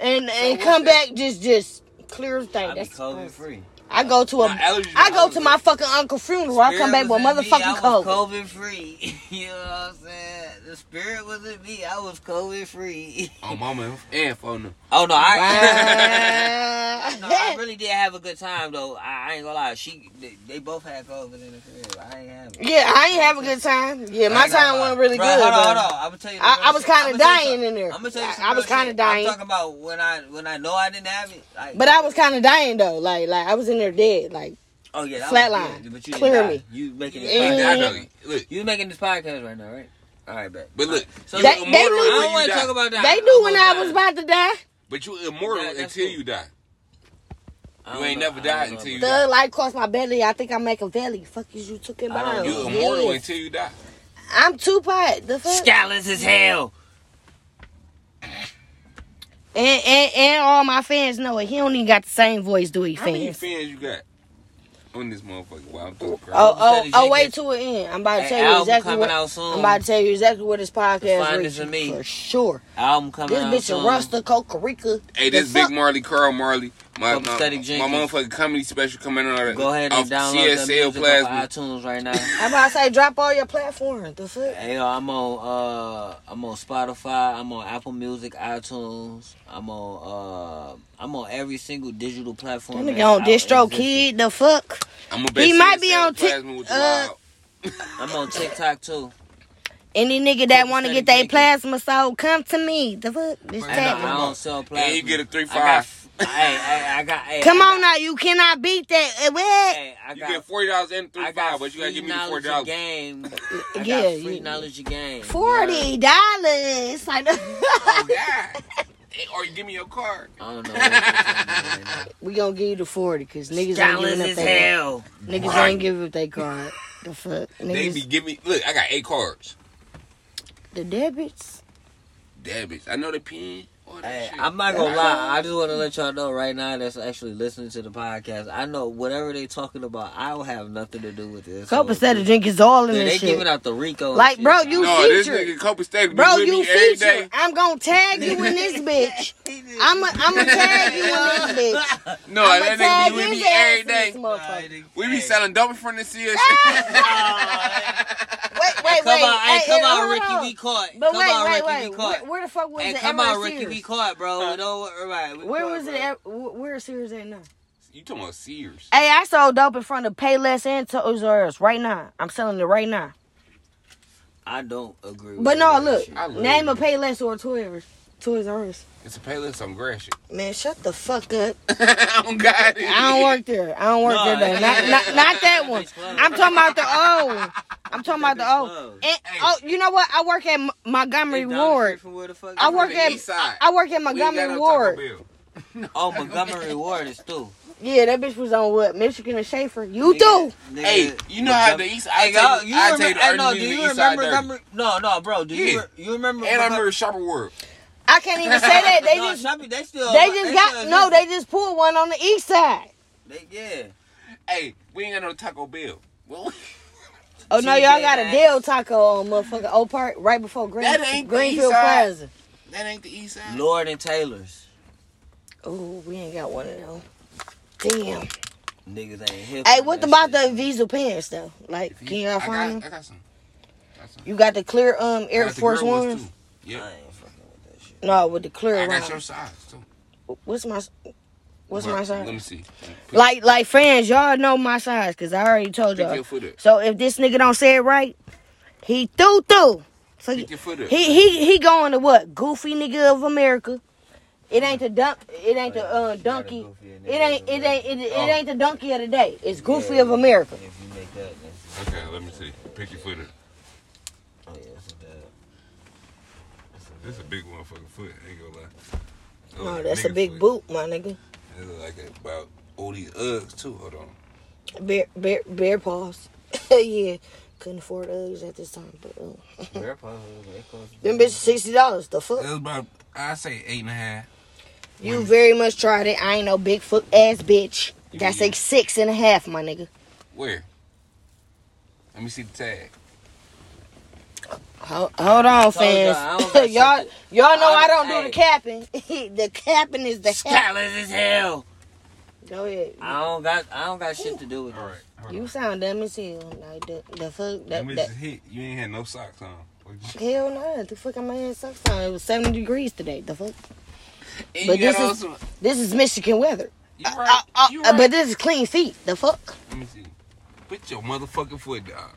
Speaker 1: and and
Speaker 3: what's
Speaker 1: come
Speaker 3: that?
Speaker 1: back just just clear as
Speaker 2: I
Speaker 1: thing.
Speaker 2: be
Speaker 1: That's
Speaker 2: COVID free.
Speaker 1: I go to a
Speaker 3: My allergies
Speaker 1: I go
Speaker 3: are-
Speaker 1: to my fucking uncle funeral. I come back with
Speaker 2: Spirit was in me,
Speaker 1: motherfucking
Speaker 2: I was
Speaker 1: COVID.
Speaker 2: COVID free. you know what I'm saying? The spirit was in me. I was COVID free.
Speaker 3: Oh mama and phone them.
Speaker 2: Oh no, I. no, I
Speaker 1: Wow.
Speaker 2: really did have a good time though. I, I ain't gonna lie. She, they, they both had COVID in the crib. I ain't have it.
Speaker 1: yeah, I ain't have a good time. Yeah,
Speaker 2: I
Speaker 1: my
Speaker 2: ain't gonna
Speaker 1: time
Speaker 2: lie.
Speaker 1: wasn't really
Speaker 2: Bro,
Speaker 1: good.
Speaker 2: Hold on,
Speaker 1: but
Speaker 2: hold on. I'm gonna tell you.
Speaker 1: I- I was kinda dying in there.
Speaker 2: I'm gonna tell you.
Speaker 1: I-
Speaker 2: Some
Speaker 1: I was
Speaker 2: real shit.
Speaker 1: kinda dying.
Speaker 2: I'm talking about when I when I know I didn't have it. Like,
Speaker 1: But I was kind of dying though. Like like I was in there dead. Like
Speaker 2: Oh yeah, that
Speaker 1: flatline.
Speaker 2: Was, yeah, but you didn't
Speaker 1: Clear
Speaker 2: die.
Speaker 1: me.
Speaker 2: You making this?
Speaker 1: Yeah.
Speaker 3: I
Speaker 2: Podcast.
Speaker 3: know you. Look,
Speaker 2: You making this podcast right now, right? All right, bet.
Speaker 3: but look,
Speaker 2: So
Speaker 3: you
Speaker 1: They- they
Speaker 3: immortal
Speaker 1: knew-
Speaker 2: I
Speaker 3: until
Speaker 2: don't
Speaker 3: you
Speaker 2: want to
Speaker 3: die.
Speaker 2: talk about that.
Speaker 1: they knew when
Speaker 2: almost
Speaker 1: I was
Speaker 2: died.
Speaker 1: about to die.
Speaker 3: But you immortal
Speaker 2: That- that's
Speaker 3: until
Speaker 2: cool.
Speaker 3: you die.
Speaker 2: I
Speaker 3: You
Speaker 2: don't
Speaker 3: ain't
Speaker 2: know. I
Speaker 3: never
Speaker 2: don't
Speaker 3: died
Speaker 2: know
Speaker 3: until you
Speaker 2: about
Speaker 3: die.
Speaker 1: Thug life crossed my belly. I think I make a valley. Fuck is you talking
Speaker 2: I don't
Speaker 1: about?
Speaker 3: You
Speaker 2: know.
Speaker 3: immortal
Speaker 1: Yes.
Speaker 3: until you die.
Speaker 1: I'm Tupac. The
Speaker 2: that.
Speaker 1: fuck.
Speaker 2: Scallops as hell.
Speaker 1: And, and and all my fans know it. He don't even got the same voice, do he?
Speaker 3: How many
Speaker 1: Fans.
Speaker 3: fans you got on this motherfucker? Wow, I'm talking crazy.
Speaker 1: Oh oh
Speaker 2: Studies,
Speaker 1: oh!
Speaker 2: you
Speaker 1: Wait
Speaker 2: get-
Speaker 1: till it end. I'm about to
Speaker 2: Hey,
Speaker 1: tell you
Speaker 2: album
Speaker 1: exactly
Speaker 2: coming
Speaker 1: what.
Speaker 2: out soon.
Speaker 1: I'm about to tell you exactly where this podcast
Speaker 2: Find
Speaker 1: is
Speaker 2: this in me.
Speaker 1: for sure.
Speaker 2: Album coming
Speaker 1: This
Speaker 2: out
Speaker 1: bitch
Speaker 2: soon.
Speaker 1: a Rusta Cocorica.
Speaker 3: Hey, this
Speaker 1: The
Speaker 3: Big Marley, Carl Marley, my my,
Speaker 2: Couple Static
Speaker 3: my
Speaker 2: Jenkins.
Speaker 3: motherfucking comedy special coming out.
Speaker 2: Go ahead
Speaker 3: off
Speaker 2: and download that
Speaker 3: CSL
Speaker 2: music
Speaker 3: Plasma.
Speaker 2: off iTunes right now.
Speaker 1: fuck? I'm about to say drop all your platforms. The fuck?
Speaker 2: hey, yo, I'm on uh, I'm on Spotify. I'm on Apple Music, iTunes. I'm on uh, I'm on every single digital
Speaker 1: That
Speaker 2: platform. that's
Speaker 1: nigga on
Speaker 2: out
Speaker 1: Distro
Speaker 2: existing.
Speaker 1: Kid. The fuck?
Speaker 3: I'm a
Speaker 1: He might be on Tik-
Speaker 3: Plasma with the
Speaker 1: uh,
Speaker 3: wild.
Speaker 2: I'm on TikTok too.
Speaker 1: Any nigga that
Speaker 2: Couple
Speaker 1: want to get
Speaker 2: Static
Speaker 1: their
Speaker 2: Jenkins.
Speaker 1: plasma sold, come to me. The fuck? This
Speaker 3: Hey,
Speaker 2: And
Speaker 3: nah,
Speaker 1: tag.
Speaker 2: I don't sell plasma.
Speaker 3: And you get a three
Speaker 2: I got-
Speaker 3: five.
Speaker 2: Hey, hey, I got. Hey,
Speaker 1: Come
Speaker 2: I
Speaker 1: on
Speaker 2: got-
Speaker 1: now, you cannot beat that. Eh, What?
Speaker 2: Hey, I
Speaker 3: You
Speaker 2: got.
Speaker 3: get forty dollars and three
Speaker 2: I got
Speaker 3: five, but you gotta
Speaker 2: free
Speaker 3: give me the forty
Speaker 2: knowledge of
Speaker 3: dollars.
Speaker 2: Game. I
Speaker 1: Yeah,
Speaker 2: got free
Speaker 1: you-
Speaker 2: knowledge of game.
Speaker 1: Forty dollars. Like,
Speaker 3: Oh God! Hey, Or you give me your card.
Speaker 2: I don't know. What you're talking about.
Speaker 1: we gonna give you the forty because niggas ain't
Speaker 2: Scandalous
Speaker 1: giving up
Speaker 2: as
Speaker 1: their
Speaker 2: hell.
Speaker 1: niggas
Speaker 3: Right.
Speaker 1: ain't giving up their card. The fuck?
Speaker 3: They
Speaker 1: Niggas,
Speaker 3: be giving me. Look, I got eight cards.
Speaker 1: the debits.
Speaker 3: Damn it! I know the pin. all that
Speaker 2: Hey,
Speaker 3: shit.
Speaker 2: I'm not gonna lie. I just want to let y'all know right now that's actually listening to the podcast. I know whatever they talking about, I will have nothing to do with this.
Speaker 1: Copa
Speaker 2: So,
Speaker 1: said the drink is all in
Speaker 2: They,
Speaker 1: this
Speaker 2: they
Speaker 1: shit.
Speaker 2: giving out the Rico. and
Speaker 1: Like,
Speaker 2: shit.
Speaker 1: bro, you-
Speaker 3: no, this
Speaker 1: featured.
Speaker 3: nigga Kobe Stack be
Speaker 1: Bro,
Speaker 3: with
Speaker 1: you
Speaker 3: me every
Speaker 1: feature.
Speaker 3: day.
Speaker 1: I'm gonna tag you in this bitch. I'm gonna I'm tag you in this bitch.
Speaker 3: No,
Speaker 2: Oh,
Speaker 1: I'm gonna
Speaker 3: that nigga
Speaker 1: tag
Speaker 3: be with
Speaker 1: his
Speaker 3: me
Speaker 1: ass
Speaker 3: every
Speaker 1: in this
Speaker 3: day.
Speaker 1: motherfucker. Ah.
Speaker 2: Nah,
Speaker 3: We
Speaker 2: hey.
Speaker 3: be selling double from the CSL.
Speaker 1: Wait, wait,
Speaker 2: Come
Speaker 1: wait.
Speaker 2: on, hey, come
Speaker 1: hey,
Speaker 2: on,
Speaker 1: hold on.
Speaker 2: Ricky, we caught.
Speaker 1: But
Speaker 2: come
Speaker 1: wait,
Speaker 2: on,
Speaker 1: wait,
Speaker 2: Ricky, we
Speaker 1: wait.
Speaker 2: caught.
Speaker 1: Where, where the fuck was
Speaker 2: Hey,
Speaker 1: the
Speaker 2: come
Speaker 1: MR
Speaker 2: on, Ricky,
Speaker 1: Sears?
Speaker 2: we caught, bro.
Speaker 3: Huh?
Speaker 2: No, all right. we
Speaker 1: Where
Speaker 2: caught,
Speaker 1: was
Speaker 2: bro.
Speaker 1: it? At, wh- where Sears at now?
Speaker 3: You talking about Sears?
Speaker 1: Hey, I sold dope in front of Payless and Toys R Us right now. I'm selling it right now.
Speaker 2: I don't agree. With
Speaker 1: But no,
Speaker 2: that
Speaker 1: look,
Speaker 2: shit.
Speaker 3: I love
Speaker 1: name a
Speaker 3: it.
Speaker 1: Payless or a Toys Toys R Us.
Speaker 3: It's a Payless on grass shit.
Speaker 1: Man, shut the fuck up.
Speaker 3: oh God!
Speaker 1: I don't work there. I don't work
Speaker 2: No,
Speaker 1: there. Though.
Speaker 2: it's-
Speaker 1: Not, not, not that one.
Speaker 2: It's closed.
Speaker 1: I'm talking about the old. one. I'm talking about the
Speaker 2: It's
Speaker 1: old.
Speaker 2: closed.
Speaker 1: And,
Speaker 3: Hey.
Speaker 1: oh, you know what? I work at M- Montgomery
Speaker 2: It's down the street
Speaker 1: Ward.
Speaker 2: from where the fuck
Speaker 1: I
Speaker 2: you
Speaker 1: work
Speaker 3: the
Speaker 1: at
Speaker 3: east side.
Speaker 1: I work at
Speaker 3: We ain't got
Speaker 1: Montgomery
Speaker 3: no Taco
Speaker 1: Ward.
Speaker 3: Bell.
Speaker 2: live. Oh, Montgomery Ward is too.
Speaker 1: Yeah, that bitch was on what Michigan and Schaefer. You
Speaker 2: Nigga-
Speaker 1: do.
Speaker 2: nigga-
Speaker 3: Hey, you know how the
Speaker 2: Montgomery-
Speaker 3: east? I
Speaker 2: Hey, y'all,
Speaker 3: tell you, I
Speaker 2: remember-
Speaker 3: tell you the
Speaker 2: hey, no,
Speaker 3: urban
Speaker 2: do
Speaker 3: music
Speaker 2: you
Speaker 3: east side
Speaker 2: remember
Speaker 3: dirty.
Speaker 2: Montgomery? No, no, bro. Do
Speaker 3: Yeah.
Speaker 2: you re- you remember?
Speaker 3: And I
Speaker 2: Montgomery-
Speaker 3: remember Shopper World.
Speaker 1: I can't even say that. They
Speaker 2: no,
Speaker 1: just
Speaker 2: some people- they still
Speaker 1: they just got
Speaker 2: still
Speaker 1: no. They
Speaker 2: exist.
Speaker 1: just pulled one on the east side.
Speaker 2: They- yeah.
Speaker 3: Hey, we ain't got no Taco Bell. Well,
Speaker 1: Oh no,
Speaker 2: See,
Speaker 1: y'all
Speaker 2: they
Speaker 1: got a
Speaker 2: not-
Speaker 1: Del Taco on motherfucking Old Park right before Green,
Speaker 3: That ain't the
Speaker 1: Greenfield
Speaker 3: east side.
Speaker 1: Plaza.
Speaker 3: that ain't the East Side.
Speaker 2: Lord and Taylor's
Speaker 1: Ooh, we ain't got one of them. Damn.
Speaker 2: niggas ain't hip.
Speaker 1: Hey,
Speaker 2: on
Speaker 1: what
Speaker 2: that
Speaker 1: about
Speaker 2: shit.
Speaker 1: the Vizu pants though? Like, can y'all
Speaker 3: I
Speaker 1: find them?
Speaker 3: got, I got some. Got some.
Speaker 1: You got the clear um
Speaker 3: I
Speaker 1: Air
Speaker 3: got the
Speaker 1: Force
Speaker 3: girl ones,
Speaker 1: Ones?
Speaker 3: too. Yeah,
Speaker 2: I ain't fucking with that shit.
Speaker 1: No, with the
Speaker 3: I
Speaker 1: clear
Speaker 3: got your
Speaker 1: round.
Speaker 3: size too.
Speaker 1: What's my What's
Speaker 3: But
Speaker 1: my
Speaker 3: Let me
Speaker 1: size?
Speaker 3: see. Put-
Speaker 1: Like, like fans, y'all know my size because I already told
Speaker 3: Pick
Speaker 1: y'all.
Speaker 3: your foot up.
Speaker 1: So if this nigga don't say it right, he through through. So
Speaker 3: Pick your foot up.
Speaker 1: He he he going to what? Goofy nigga of America. It ain't the dump. It ain't the uh,
Speaker 2: You gotta
Speaker 1: donkey.
Speaker 2: goofy
Speaker 1: It
Speaker 2: a nigga
Speaker 1: ain't
Speaker 2: of
Speaker 1: it ain't
Speaker 2: America.
Speaker 1: it, it
Speaker 3: Oh.
Speaker 1: ain't the donkey of the day. It's goofy
Speaker 2: Yeah,
Speaker 1: of America.
Speaker 2: If you make that, that's,
Speaker 3: okay, let me see. Pick your foot up.
Speaker 2: oh yeah, that's a dub. That's a dub.
Speaker 3: That's a big motherfucking foot. I ain't gonna lie. That
Speaker 1: Oh,
Speaker 3: look
Speaker 1: that's a
Speaker 3: nigga
Speaker 1: big
Speaker 3: foot.
Speaker 1: boot, my nigga.
Speaker 3: That look like about all these Uggs too. Hold on.
Speaker 1: Bear bear bear paws. yeah, couldn't afford Uggs at this time, but uh,
Speaker 2: Bear paws, they close.
Speaker 1: them bitches sixty dollars. The fuck.
Speaker 3: That was about I say eight and a half.
Speaker 1: You very much tried it. I ain't no big foot ass bitch. That's
Speaker 3: Yeah.
Speaker 1: a six and a half, my nigga.
Speaker 3: Where? Let me see the tag.
Speaker 1: Hold, hold on, fans.
Speaker 2: y'all, I don't got
Speaker 1: y'all,
Speaker 2: shit
Speaker 1: y'all know I
Speaker 2: I-
Speaker 1: don't do
Speaker 2: hey.
Speaker 1: the capping. the capping is the cap.
Speaker 2: Scotland as hell.
Speaker 1: Go ahead.
Speaker 2: I don't got I don't got shit to do with
Speaker 3: All
Speaker 2: this.
Speaker 3: right. Hold
Speaker 1: You
Speaker 3: on.
Speaker 1: sound dumb as hell. Like the, the fuck
Speaker 3: Let
Speaker 1: that,
Speaker 3: me
Speaker 1: that
Speaker 3: just hit. You ain't had no socks on.
Speaker 1: hell no. The fuck I'm in socks on. It was seventy degrees today. The fuck.
Speaker 3: And
Speaker 1: But
Speaker 3: you got
Speaker 1: this
Speaker 3: on
Speaker 1: is-
Speaker 3: some-
Speaker 1: This is Michigan weather.
Speaker 3: You right.
Speaker 1: Uh, uh,
Speaker 3: you
Speaker 1: uh,
Speaker 3: right.
Speaker 1: But this is clean feet. The fuck.
Speaker 3: Let me see. Put your motherfucking foot down.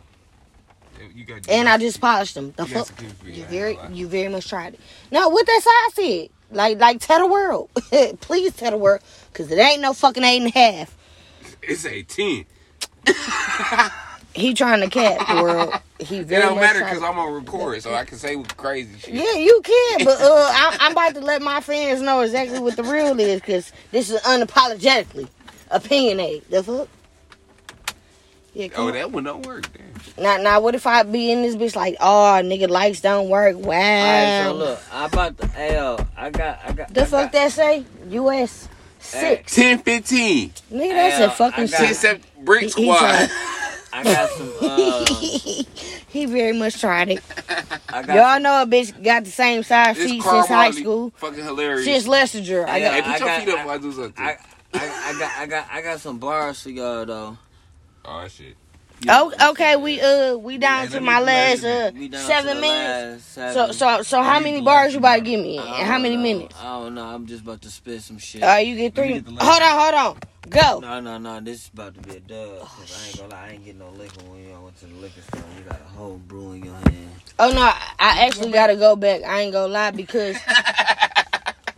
Speaker 3: Yeah, You got.
Speaker 1: And I just polished them. The
Speaker 3: You got
Speaker 1: fuck.
Speaker 3: some good feet,
Speaker 1: You
Speaker 3: I ain't
Speaker 1: very,
Speaker 3: gonna lie.
Speaker 1: you very much tried it. No, what that side said. Like, like tell the world. Please tell the world, cause it ain't no fucking eight and a half.
Speaker 3: It's a ten.
Speaker 1: He trying to cap the world. He
Speaker 3: It
Speaker 1: very
Speaker 3: don't
Speaker 1: much
Speaker 3: matter
Speaker 1: tried
Speaker 3: because
Speaker 1: it.
Speaker 3: I'm on record, so I can say crazy shit.
Speaker 1: Yeah, you can, but uh, I, I'm about to let my fans know exactly what the real is, cause this is unapologetically opinionated. The fuck. Yeah, come
Speaker 3: Oh,
Speaker 1: on.
Speaker 3: that one don't work. Damn.
Speaker 1: Now, now, what if I be in this bitch like, oh, nigga, likes don't work. Wow.
Speaker 2: Alright, so look, I about the L. I got I got
Speaker 1: The
Speaker 2: I
Speaker 1: fuck
Speaker 2: got,
Speaker 1: that say? U.S. six.
Speaker 3: 10, 15,
Speaker 1: Nigga, that's a
Speaker 2: Hell,
Speaker 1: fucking
Speaker 2: I got-
Speaker 1: shit.
Speaker 3: 10, 7, brick
Speaker 1: He- he
Speaker 3: squad.
Speaker 1: tried.
Speaker 2: I got some uh
Speaker 1: he very much tried it.
Speaker 2: I got
Speaker 1: Y'all
Speaker 2: some,
Speaker 1: know a bitch got the same size
Speaker 3: This
Speaker 1: feet
Speaker 3: Carl
Speaker 1: since high
Speaker 3: Marley
Speaker 1: school,
Speaker 3: Fucking hilarious.
Speaker 1: since Lessinger. I
Speaker 2: Yeah,
Speaker 1: got
Speaker 3: hey, put
Speaker 2: I
Speaker 3: your
Speaker 2: got-
Speaker 3: feet up
Speaker 2: I-
Speaker 3: while I do something.
Speaker 2: I, I I got I got I got some bars for y'all though.
Speaker 3: oh, shit.
Speaker 1: oh, okay. We uh we down
Speaker 3: Yeah,
Speaker 1: to
Speaker 3: let
Speaker 1: my
Speaker 3: me
Speaker 1: last
Speaker 3: measure
Speaker 1: uh
Speaker 2: We down to
Speaker 1: seven
Speaker 2: the
Speaker 1: minutes.
Speaker 2: last
Speaker 1: So
Speaker 2: seven.
Speaker 1: so so how
Speaker 3: Let me
Speaker 1: many
Speaker 3: do
Speaker 1: bars
Speaker 3: last
Speaker 1: you about to
Speaker 3: one.
Speaker 1: give me?
Speaker 2: I
Speaker 1: And
Speaker 2: don't
Speaker 1: how many
Speaker 2: know.
Speaker 1: minutes?
Speaker 2: I don't know. I'm just about to spit some shit.
Speaker 1: All right, you get
Speaker 3: Let
Speaker 1: three.
Speaker 3: me get the
Speaker 1: Hold
Speaker 3: last
Speaker 1: on,
Speaker 3: one.
Speaker 1: hold on. Go.
Speaker 2: No, no, no. This is about to be a dub. 'cause
Speaker 1: Oh,
Speaker 2: I ain't gonna lie. I ain't getting no liquor when y'all went to the liquor store. You got a whole brew in your hand.
Speaker 1: Oh no, I I actually gotta go back. I ain't gonna lie because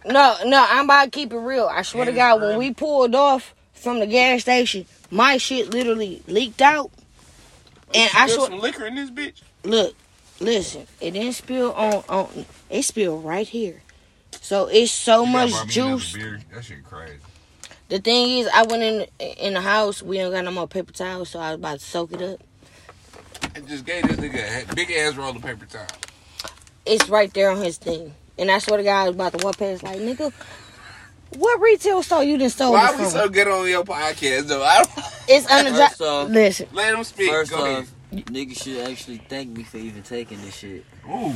Speaker 1: no, no, I'm about to keep it real. I swear to God, when we pulled off from the gas station, my shit literally leaked out, and I
Speaker 3: There's
Speaker 1: swear,
Speaker 3: some liquor in this bitch.
Speaker 1: look, listen, it didn't spill on on it spilled right here. So it's so much juice.
Speaker 3: That shit crazy.
Speaker 1: The thing is, I went in in the house. We ain't got no more paper towels, so I was about to soak it up.
Speaker 3: I just gave this nigga a big ass roll of paper towel.
Speaker 1: it's right there on his thing. And I swear to God, I was about to walk past, like, nigga, what retail store you done sold
Speaker 3: Why
Speaker 1: it
Speaker 3: we
Speaker 1: from?
Speaker 3: so good on your podcast though? I don't
Speaker 1: it's under.
Speaker 2: First off-
Speaker 1: Listen,
Speaker 3: let him speak.
Speaker 2: First
Speaker 3: Go ahead.
Speaker 2: off, niggas should actually thank me for even taking this shit.
Speaker 3: Ooh.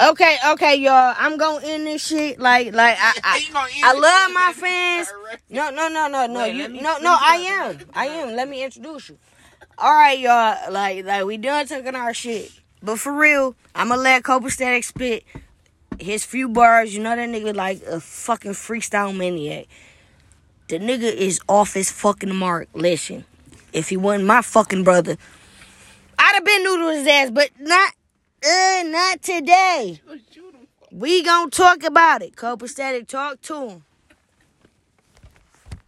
Speaker 1: okay, okay, y'all, I'm gonna end this shit. Like, like I, I,
Speaker 3: You gonna end
Speaker 1: I
Speaker 3: it?
Speaker 1: love my fans.
Speaker 3: Alright.
Speaker 1: No, no, no, no, no.
Speaker 2: Wait,
Speaker 1: you,
Speaker 2: let me
Speaker 1: no,
Speaker 2: finish
Speaker 1: no. I
Speaker 2: my-
Speaker 1: am. I am. Let me introduce you. All right, y'all. Like, like we done taking our shit. But for real, I'ma let Copacetic spit his few bars. You know that nigga like a fucking freestyle maniac. The nigga is off his fucking mark. Listen, if he wasn't my fucking brother, I'd have been new to his ass. But not, uh, not today. We gonna talk about it. Copacetic, talk to him.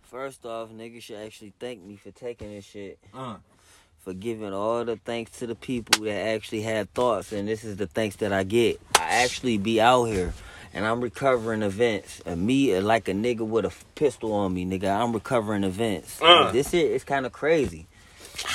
Speaker 2: First off, niggas should actually thank me for taking this shit.
Speaker 3: Uh,
Speaker 2: For giving all the thanks to the people that actually have thoughts, and this is the thanks that I get. I actually be out here, and I'm recovering events. And me, uh, like a nigga with a f- pistol on me, nigga, I'm recovering events.
Speaker 3: Uh.
Speaker 2: This shit is kind of crazy.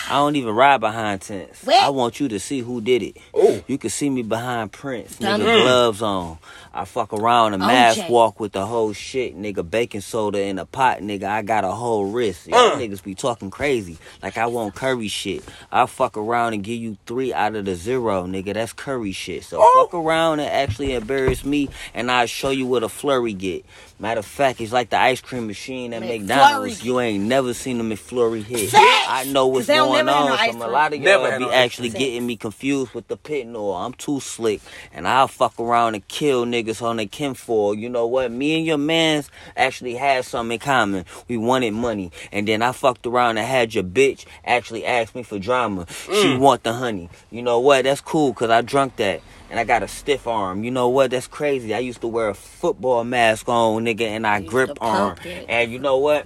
Speaker 2: I don't even ride behind tents.
Speaker 1: What?
Speaker 2: I want you to see who did it.
Speaker 3: Oh,
Speaker 2: You can see me behind Prince, nigga,
Speaker 1: Dumb.
Speaker 2: gloves on. I fuck around and mask
Speaker 1: OJ.
Speaker 2: walk with the whole shit, nigga. Baking soda in a pot, nigga. I got a whole wrist. Y'all
Speaker 3: Uh.
Speaker 2: niggas be talking crazy. Like I want curry shit. I fuck around and give you three out of the zero, nigga. That's curry shit. So
Speaker 3: Oh.
Speaker 2: fuck around and actually embarrass me, and I'll show you what a flurry get. Matter of fact, it's like the ice cream machine at
Speaker 1: McFlurry.
Speaker 2: McDonald's. You ain't never seen a McFlurry hit.
Speaker 1: Facts.
Speaker 2: I know what's
Speaker 1: 'Cause they don't
Speaker 2: going
Speaker 1: never had no
Speaker 2: on.
Speaker 1: ice
Speaker 2: so a
Speaker 1: cream.
Speaker 2: lot of
Speaker 3: Never
Speaker 2: y'all
Speaker 3: had
Speaker 2: be
Speaker 3: no ice
Speaker 2: actually
Speaker 1: cream.
Speaker 2: getting me confused with the pit nor. I'm too slick, and I'll fuck around and kill niggas on the kinfoil. You know what? Me and your man's actually had something in common. We wanted money, and then I fucked around and had your bitch actually ask me for drama.
Speaker 1: Mm.
Speaker 2: She want the honey. You know what? That's cool, cause I drunk that. And I got a stiff arm. You know what? That's crazy. I used to wear a football mask on, nigga, and I
Speaker 1: used
Speaker 2: grip
Speaker 1: to
Speaker 2: arm.
Speaker 1: pump it.
Speaker 2: And you know what?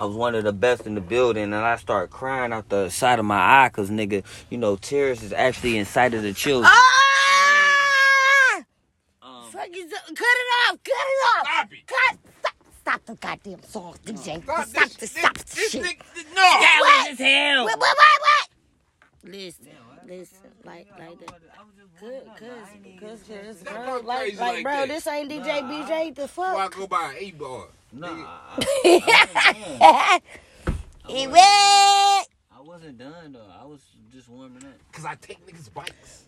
Speaker 2: I was one of the best in the building, and I start crying out the side of my eye, cause nigga, you know, tears is actually inside of the children.
Speaker 1: Ah!
Speaker 2: Um,
Speaker 1: Fuck you, cut it off! Cut it off!
Speaker 3: Stop it.
Speaker 1: Cut! Stop, stop the goddamn song, DJ! Stop,
Speaker 3: God,
Speaker 1: stop the stop the
Speaker 3: this,
Speaker 1: shit!
Speaker 3: nigga- this- no.
Speaker 1: What?
Speaker 2: as hell.
Speaker 1: What? What? What? What? Listen, listen, like, like that. Good, cause, cause, cause,
Speaker 3: That
Speaker 1: bro,
Speaker 3: fuck
Speaker 1: like,
Speaker 3: crazy
Speaker 1: like,
Speaker 3: like
Speaker 1: bro,
Speaker 3: that.
Speaker 1: this ain't DJ BJ. The
Speaker 3: Why I
Speaker 1: fuck?
Speaker 3: go by an eight bar?
Speaker 2: Nah,
Speaker 3: Nigga.
Speaker 2: I, I,
Speaker 1: It went.
Speaker 2: I wasn't done. I wasn't done though. I was just warming up.
Speaker 3: Cause I take niggas' bikes.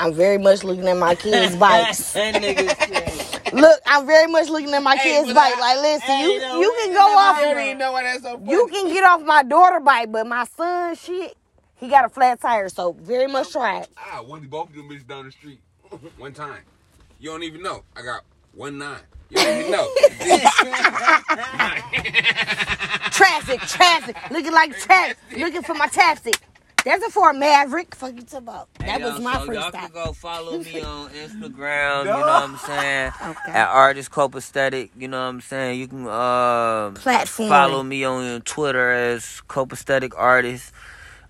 Speaker 1: I'm very much looking at my kids' bikes.
Speaker 2: That nigga said,
Speaker 1: Look, I'm very much looking at my
Speaker 3: Hey,
Speaker 1: kids'
Speaker 3: but
Speaker 1: bike.
Speaker 3: I-
Speaker 1: Like, listen,
Speaker 2: hey,
Speaker 1: you
Speaker 2: no,
Speaker 1: you
Speaker 2: we
Speaker 1: can
Speaker 2: ain't
Speaker 1: go
Speaker 2: never
Speaker 1: off.
Speaker 3: I don't even know why that's so funny.
Speaker 1: You can get off my daughter bike, but my son, shit, he got a flat tire, so very
Speaker 2: Oh.
Speaker 1: much tried.
Speaker 3: I wanted Ah, both of them bitches down the street one time. You don't even know. I got one nine. You don't even know.
Speaker 1: Traffic, traffic, looking like traffic, looking for my taxi. That's it for a Maverick. Fuck you, talk about. That
Speaker 2: Hey,
Speaker 1: was
Speaker 2: y'all,
Speaker 1: my
Speaker 2: so Y'all can
Speaker 1: freestyle.
Speaker 2: go follow me on Instagram. You know
Speaker 3: No.
Speaker 2: what I'm saying?
Speaker 1: Okay.
Speaker 2: At Artist Cope Aesthetic. You know what I'm saying? You can uh,
Speaker 1: Platform.
Speaker 2: follow me on Twitter as Cope Aesthetic Artist.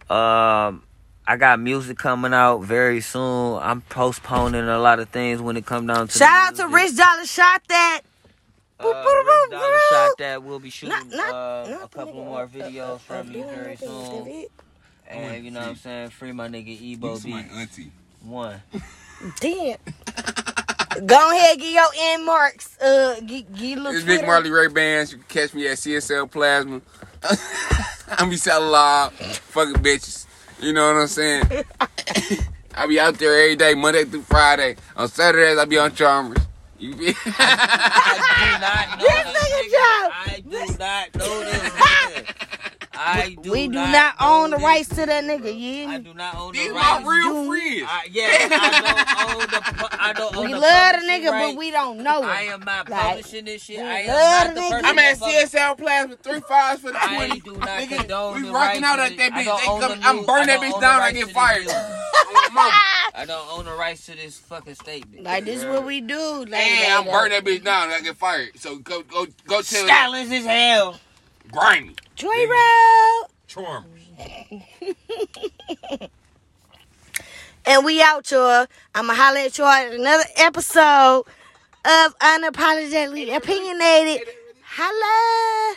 Speaker 2: Um, I got music coming out very soon. I'm postponing a lot of things when it comes down to the
Speaker 1: Shout out to
Speaker 2: music.
Speaker 1: Rich Dollar Shot That.
Speaker 2: Uh, Rich Dollar shot that. We'll be shooting
Speaker 1: Not- not-
Speaker 2: uh,
Speaker 1: not
Speaker 2: a
Speaker 1: the
Speaker 2: couple
Speaker 1: nigga
Speaker 2: more
Speaker 1: of- of-
Speaker 2: videos
Speaker 1: of
Speaker 2: from me
Speaker 1: doing
Speaker 2: very
Speaker 1: nothing with
Speaker 2: soon.
Speaker 1: it.
Speaker 2: And you know what I'm saying? Free my nigga Ebo
Speaker 3: You see my
Speaker 2: B.
Speaker 3: auntie.
Speaker 2: One.
Speaker 1: Damn. Go ahead, get your end marks. Uh, get, get a little
Speaker 3: It's Big
Speaker 1: Twitter.
Speaker 3: Marley Ray Bands. You can catch me at CSL Plasma. I'm be selling live, fucking bitches. You know what I'm saying? I be out there every day, Monday through Friday. On Saturdays, I be on Charmers. You be
Speaker 2: I do not know
Speaker 1: This nigga Joe.
Speaker 2: this nigga. I do not know this nigga. I do
Speaker 1: we do
Speaker 2: not,
Speaker 1: not own the
Speaker 2: this-
Speaker 1: rights to that nigga. Yeah.
Speaker 2: I do not own
Speaker 3: these
Speaker 2: the
Speaker 3: my
Speaker 2: rights.
Speaker 3: real
Speaker 1: You-
Speaker 3: friends.
Speaker 2: I, yeah, I don't own the. pu- I don't own
Speaker 1: We
Speaker 2: the
Speaker 1: love the
Speaker 2: publishing
Speaker 1: nigga,
Speaker 2: right.
Speaker 1: but we don't know him.
Speaker 2: I am not
Speaker 1: Like,
Speaker 2: publishing this shit.
Speaker 1: we
Speaker 2: I
Speaker 1: love
Speaker 2: am
Speaker 1: the
Speaker 2: not
Speaker 1: nigga.
Speaker 2: the person.
Speaker 3: I'm at
Speaker 2: that-
Speaker 3: CSL Plasma, three fives for the
Speaker 2: I
Speaker 3: twenty.
Speaker 2: do not
Speaker 3: Nigga,
Speaker 2: condone
Speaker 3: we
Speaker 2: the
Speaker 3: rocking out
Speaker 2: rights
Speaker 3: at
Speaker 2: to
Speaker 3: that
Speaker 2: this. I
Speaker 3: bitch.
Speaker 2: don't
Speaker 3: They
Speaker 2: own
Speaker 3: come,
Speaker 2: the
Speaker 3: I'm
Speaker 2: news. I
Speaker 3: burning that
Speaker 2: don't
Speaker 3: bitch
Speaker 2: own the
Speaker 3: down. I
Speaker 2: rights
Speaker 3: get
Speaker 2: to
Speaker 3: fired.
Speaker 2: this
Speaker 3: On my mama.
Speaker 2: I don't own the rights to this fucking statement.
Speaker 1: Like this is what we do. Like,
Speaker 3: And I'm burning that bitch down. and I get fired. So go, go, go tell
Speaker 2: Stylish as hell.
Speaker 3: Grimy.
Speaker 1: Joy Road.
Speaker 3: Charmers.
Speaker 1: And we out, y'all. I'ma holler at y'all at another episode of Unapologetically Opinionated. Holla.